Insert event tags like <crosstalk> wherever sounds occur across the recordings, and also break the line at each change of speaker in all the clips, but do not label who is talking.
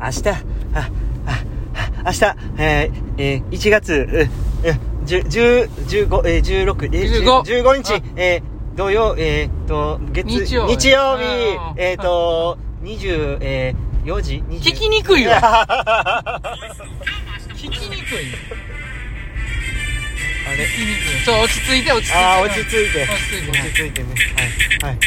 明日、あ、あ、あ明日、えーえー1月、うえー、10 15、えー、16、えー、
15
15日
あ、
えー、土曜、えー、と、月、
日曜日
日曜日
あー
えっ、と、20、えー、4時 ?20
聞きにくい
<laughs>
わ聞きにくい
あれ
聞きにくいちょっと落ち着いて落ち着いて
あー落ち着いて
落ち着いて
落ち着いてねはい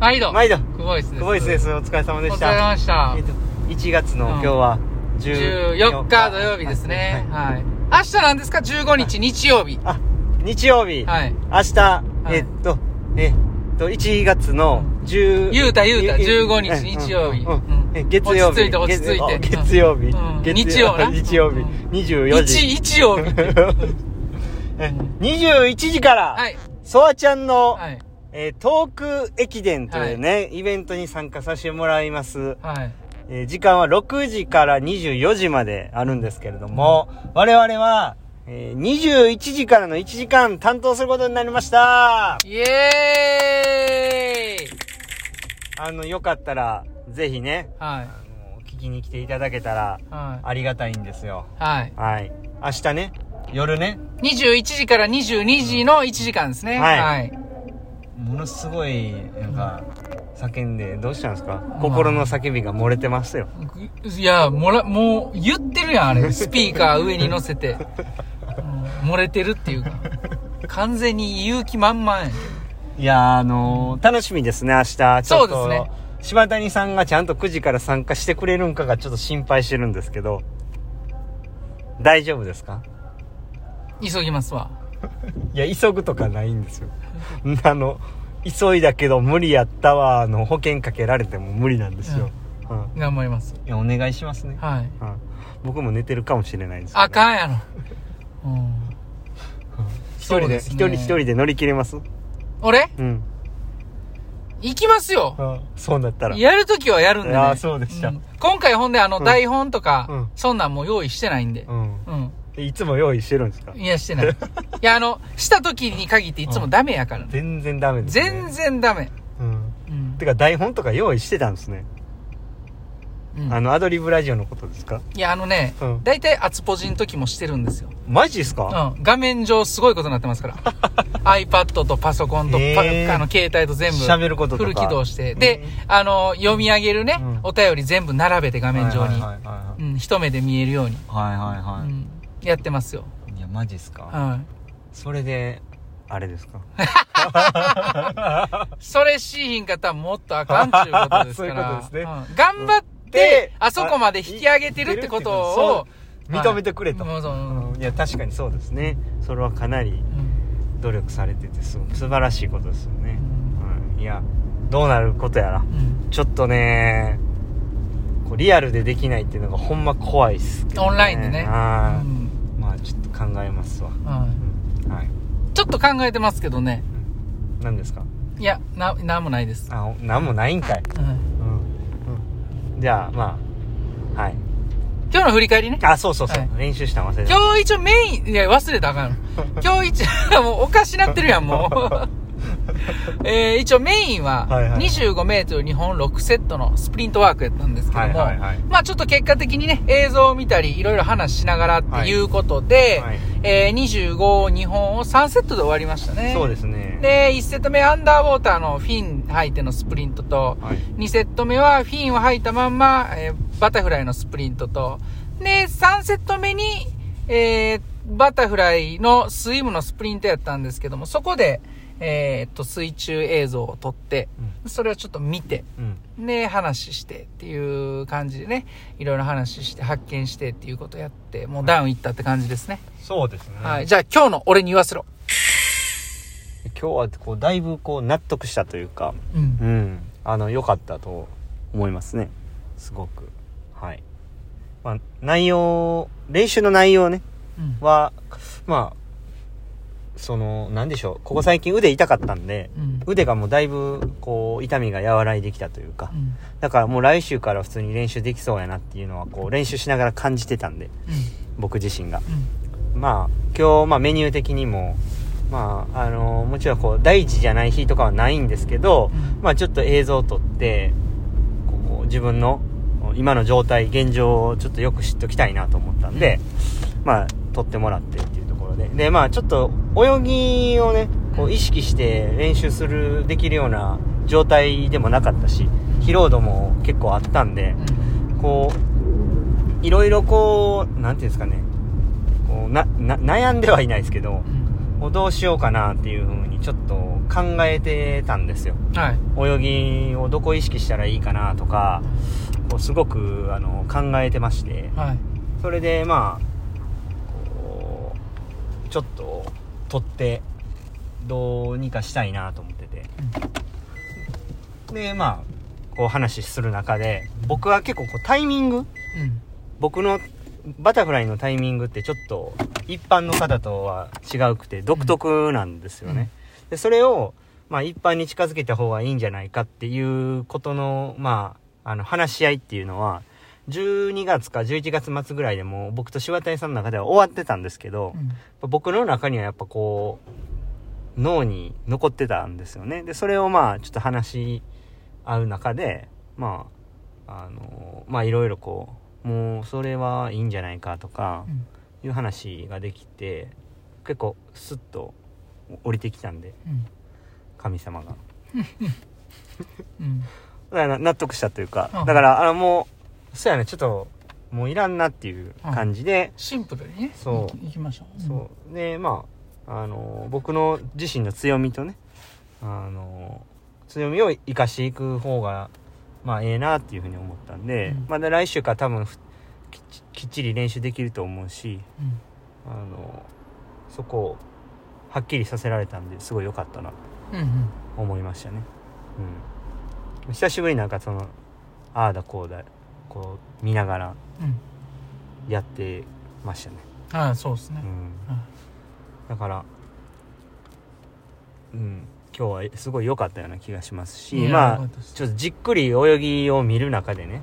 毎度
はい毎度
クボイスです
久保イスですお疲れ様で
お
し
疲れ
た
様でした
えっと1月の
うん
今日は
14日土曜日ですね
はい
はい明日なんですか15日日曜日
あ日曜日明
はい
日
い
えっとえっと1月の10
言うた言うた
ええ
15日
うん
日曜日
うん
うん
え月曜日
落ち着いて落ち着いて
月月曜日
うん
月
日曜
<laughs>
な
日曜日
うん
24時
一日曜日
<laughs> え21時から
はい
ソワちゃんの
はい
えートーク駅伝というね、イベントに参加させてもらいます。
はい
えー時間は6時から24時まであるんですけれども、我々は、えー21時からの1時間担当することになりました。
イエーイ
あの、よかったら、ぜひね、
はい
あの聞きに来ていただけたら
は
ありがたいんですよ。
いはい
はい。明日ね、夜ね、
21時から22時の1時間ですね
はい
はい
ものすごい、なんか、叫んで、どうしたんですか心の叫びが漏れてますよ。
いや、もら、もう、言ってるやん、あれ。スピーカー上に乗せて。うん漏れてるっていうか。完全に勇気満々やん。
いやー、あのー楽しみですね、明日。ちょっと
そうですね。
柴谷さんがちゃんと9時から参加してくれるんかがちょっと心配してるんですけど、大丈夫ですか
急ぎますわ。
いや、急ぐとかないんですよ。あの、急いだけど無理やったわ、の保険かけられても無理なんですよ。うん。
頑張ります。
いや、お願いしますね。
はい。
うん。僕も寝てるかもしれないですけど
あかんやろ。うん。
一人で、
そうす
一人
ね
一人。で乗り切れます
俺
うん。
行きますよ。
そうなったら。
やるときはやるんで、ね。
あーそうでした
ん今回ほんで、あの、
うん
台本とか、
うん
そんなんもう用意してないんで
う。ん。
うん。
いつも用意してるんですか
いや、してない。いや、あの、したときに限っていつもダメやから、
全然ダメです、ね。
全。然ダメ。
うん。
うん
て。か台本とか用意してたんですね、
うん
あのアドリブラジオのことですか
いや、あのね
うん、
大体、アツポジの時もしてるんですよ。
マジですか、
うん。画面上すごいことになってます
<laughs>
から。iPad とパソコンとパ、
へー
あの、携帯と全部。
喋ることと
フ
か
ル起動して。
う
で
ん、
あの、読み上げるね、
うん
お便り全部並べて画面上
は
に。
いはいは
うん。一目で見えるように。
いはいはいはいはい
うん。やってますよ。
いやマジですか、
は
それであれですか
い。それしひんかったらもっとあかんっていうことで
<laughs> そう
すから。
いうことですね
ん頑張って、あそこまで引き上げてるってことを、
そう認めてくれと、
はいもうそう
うんいや確かにそうですねそれはかなり
うん
努力されててすご素晴らしいことですよね、うん、いやどうなることやら
うん
ちょっとねこうリアルでできないっていうのがほんま怖いっすけど、ね、
オンラインでね。
は
う
い
ん
まあちょっと考えますわ、
はい
はい
ちょっと考えてますけどね。
何ですか
いや、な、なんもないです。
あ何もないんかい、
うん
うんじゃあまあはい
今日の振り返りね。
あそうそうそう、
はい
練習したん忘れてた
今日一応メイン、いや、忘れた
<laughs>
らあかんの。今日一応、もうおかしなってるやん、もう。えー、一応メインは
はいはい
25メートル日本6セットのスプリントワークやったんですけども、
はいはいはい
まあちょっと結果的にね、映像を見たり、いろいろ話しながらっていうことで、
はいはい
えー、25、日本を3セットで終わりましたね。
そうですね
で、1セット目アンダーウォーターのフィン履いてのスプリントと、
はい
2セット目はフィンを吐いたまんま、えーバタフライのスプリントと、で、3セット目に、えーバタフライのスイムのスプリントやったんですけども、そこで、えーっと、水中映像を撮って、それをちょっと見て、
うん
で、話してっていう感じでね、いろいろ話して、発見してっていうことやって、もうダウンいったって感じですね。
そうですね、
はい。じゃあ今日の俺に言わせろ。
今日はこうだいぶこう納得したというか
うん
う。んあの良かったと思いますねすごくはいまあ内容練習の内容ね
うん。
はまあその何でしょうここ最近腕痛かったんで、
うん。
腕がもうだいぶこう痛みが和らいできたというか
うん。
だからもう来週から普通に練習できそうやなっていうのはこう練習しながら感じてたんで僕自身が
うん。
まあ今日まあメニュー的にもまああのもちろんこう大事じゃない日とかはないんですけど
うん
まあちょっと映像を撮ってこう自分の今の状態、現状をちょっとよく知っときたいなと思ったんで、まあ、取ってもらってっていうところで。で、まあ、ちょっと泳ぎをね、こう意識して練習する、できるような状態でもなかったし、疲労度も結構あったんで、こう、いろいろこう、なんていうんですかね、こうな、な、悩んではいないですけど、こうどうしようかなっていうふうにちょっと考えてたんですよ。
はい。
泳ぎをどこ意識したらいいかなとか、こうすごくあの考えてまして、
はい。
それでまあ、こうちょっと取って、どうにかしたいなと思ってて。で、まあ、こう話する中で、僕は結構こうタイミング、
うん。
僕のバタフライのタイミングってちょっと一般の方とは違うくて独特なんですよね。でそれを、まあ、一般に近づけた方がいいんじゃないかっていうことの,、まあ、あの話し合いっていうのは12月か11月末ぐらいでもう僕と柴谷さんの中では終わってたんですけど、
うん。
僕の中にはやっぱこう脳に残ってたんですよねでそれをまあちょっと話し合う中でまああのまあいろいろこうもうそれはいいんじゃないかとか
うん
いう話ができて結構スッと降りてきたんで
うん。
神様が
うん。
だから納得したというか
うん
だからあのもうそうやねちょっともういらんなっていう感じで
シンプルにね。
そう
いきましょう。
そうでまああの僕の自身の強みとねあの強みを生かしていく方がまあええなっていうふうに思ったんで、
うん
まだ来週から多分ふきっちきっちり練習できると思うし
うん。うん。
あのそこをはっきりさせられたんですごい良かったなと
うん
思いましたね、うん、久しぶりになんかそのああだこうだこう見ながら
うん。うん。
やってましたね
ああ、そうですね
う。ん
うん
だから、うん、今日はすごい良かったような気がしますし、
いやよ
ま
か
あ
ったです
ちょっとじっくり泳ぎを見る中でね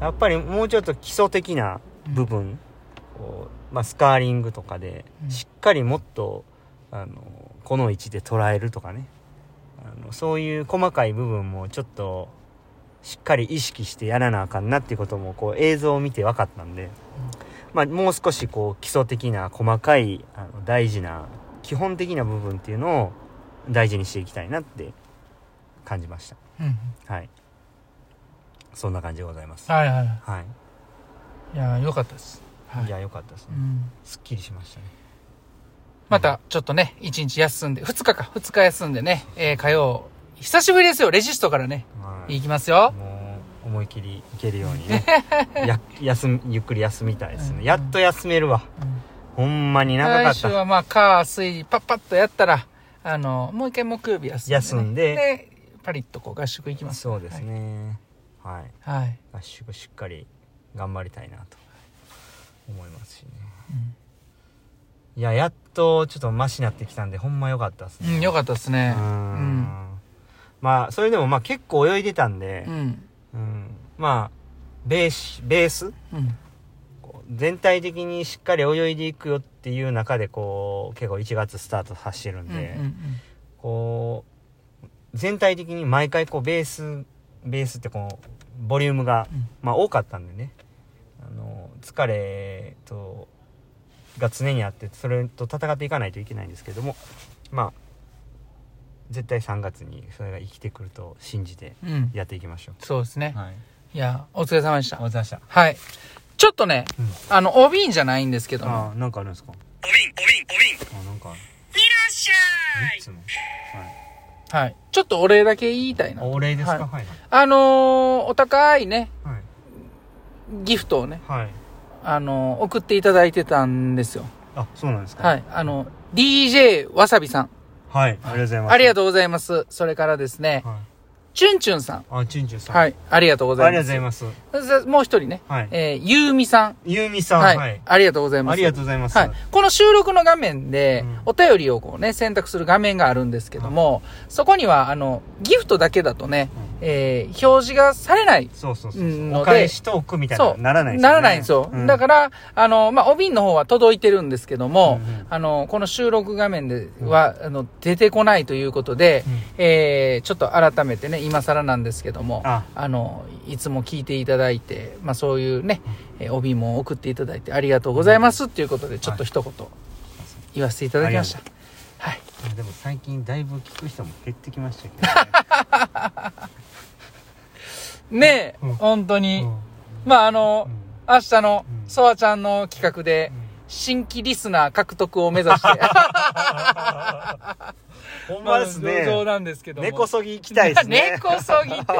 やっぱりもうちょっと基礎的な
うん
部分を、まあ、スカーリングとかで
うん
しっかりもっとあのこの位置で捉えるとかねあのそういう細かい部分もちょっとしっかり意識してやらなあかんなっていうこともこう映像を見て分かったんで、まあ、もう少しこう基礎的な細かいあの大事な基本的な部分っていうのを大事にしていきたいなって感じまし
うん。うん。
たはいそんな感じでございます
はいはいは
はい
い。いやー、よかったです。はい
や、良かったです
う
ね。
ん。
すっきりしましたね。
また、ちょっとね、一日休んで、二日か、二日休んでね、えー、火曜、久しぶりですよ、レジストからね、
はい。
行きますよ。
もう、思い切りいけるよう
<laughs>
にね。や、休み、ゆっくり休みたいです
う
ね。
ん
やっと休めるわ。ほんまに長かっ
来週
た。
はまあ、火、水、パッパッとやったら、あの、もう一回木曜日休んで、
休んで
で、パリッとこう合宿行きます。
そうですね。はい。
はい。はい。
合宿しっかり頑張りたいなと思いますしね。いや、やっとちょっとマシになってきたんで、ほんま良かったです
うん、
ね。
よかったですね。
う
うんん。
まあ、それでもまあ結構泳いでたんで
う、ん。
うんまあ、ベース、ベース
うん。
こう全体的にしっかり泳いでいくよっていう中でこう結構1月スタートさせてるん
うん。う
で、
ん。
こう全体的に毎回こうベースベースってこうボリュームが、
うん
まあ、多かったんでねあの疲れとが常にあってそれと戦っていかないといけないんですけどもまあ絶対3月にそれが生きてくると信じて
うん。うん
やっていきましょ
そうですね
う。。はい、
いや、お疲れ様でした。
ざいました。
はい。ちょっとね、
うん
あの、OB じゃないんですけども、
ああ、なんかあるんですかあ、なんかある。いつも。はい。
はい。ちょっとお礼だけ言いたいな。
お礼ですか、
はい
はい、
あのーお高いね、
はい。
ギフトをね、
はい。
あのー送っていただいてたんですよ。
あ、そうなんですか
はい。あの、DJ わさびさん。
はい。ありがとうございます。
ありが
と
とうございます。それからですね、
はい。
チュンチュンさん。
あ、チュンチュンさん。。
はいい。ありがとうござ
あ
い
りがとう
ま
ございます。
す。さもう一人ね、
はい
えー、ゆうみさん。
ゆうみさん、は。
はいい、ありがとうございます。
ありがとうございます。
はい。この収録の画面で
うん、
お便りをこうね、選択する画面があるんですけども、そこには、あの、ギフトだけだとね、
う
えー表示がされない
そうそうそう
うん
そう。
ので
お返しトークみたいなの
そう
ならない、
ならないんですよ。だからら、あの、まあ、お瓶の方は届いてるんですけども、
うんうん
あの、この収録画面では、あの、出てこないということで、えーちょっと改めてね、今更なんですけども、あ
あ
の、いつも聞いていただいて、まあ、そういうね、えーお瓶も送っていただいてありがとうございますっていうことで、ちょっと一言言わせていただきました
あ。
はい。
うんでも最近だいぶ聞く人も減ってきましたけ
ねえ、
うん
本当
どね。
に。
う
<laughs>
ん
まあ、あの、明日の
うん
ソワちゃんの企画で、新規リスナー獲得を目指
<laughs>
して、
うんほんまですね。
上なんですけども。
根こそぎ行きたいです
<laughs>
ね。
根こそぎ
<laughs>
って。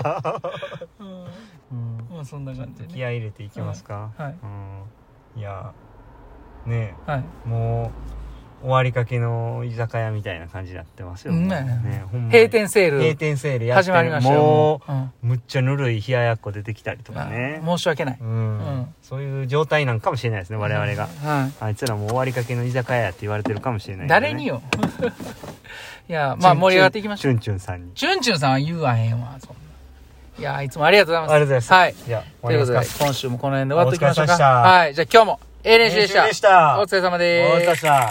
う
う
ん
ん
まあそんな
ちょ
感
っ
じ
と
で、
気
ね。
合い入れていきますか。
はいはい
うん。いや、ね
はい。
え、もう、終わりかけの居酒屋みたいな感じになってますよ
う
ね。
んね
ほんまに
閉店セ
閉
ール
店セールやって
始まりましたよ。
も
う、うん
う、むっちゃぬるい冷ややっこ出てきたりとかね。
あ申し訳ない。
うん
うん
そういう状態なんかもしれないですね、我々が。
は
あいつらもう終わりかけの居酒屋やって言われてるかもしれない
い。
けどね、
誰によ。 <laughs> いや、まあ盛り上がっていきましょう。
チュンチュンさんに。
チュンチュンさんは言わへんわ、そんな。いや、いつもありがとうございます。
ありがとうございます。
はい。
じゃあ、
とい
終わ
うことで
ります、か。
今週もこの辺で終わっておきましょう
お疲れ様でし
か。
した
はい。じゃあ今日も、ええ練習でした。
練習でした
お疲れ様
終
で
わ
す
りま。した。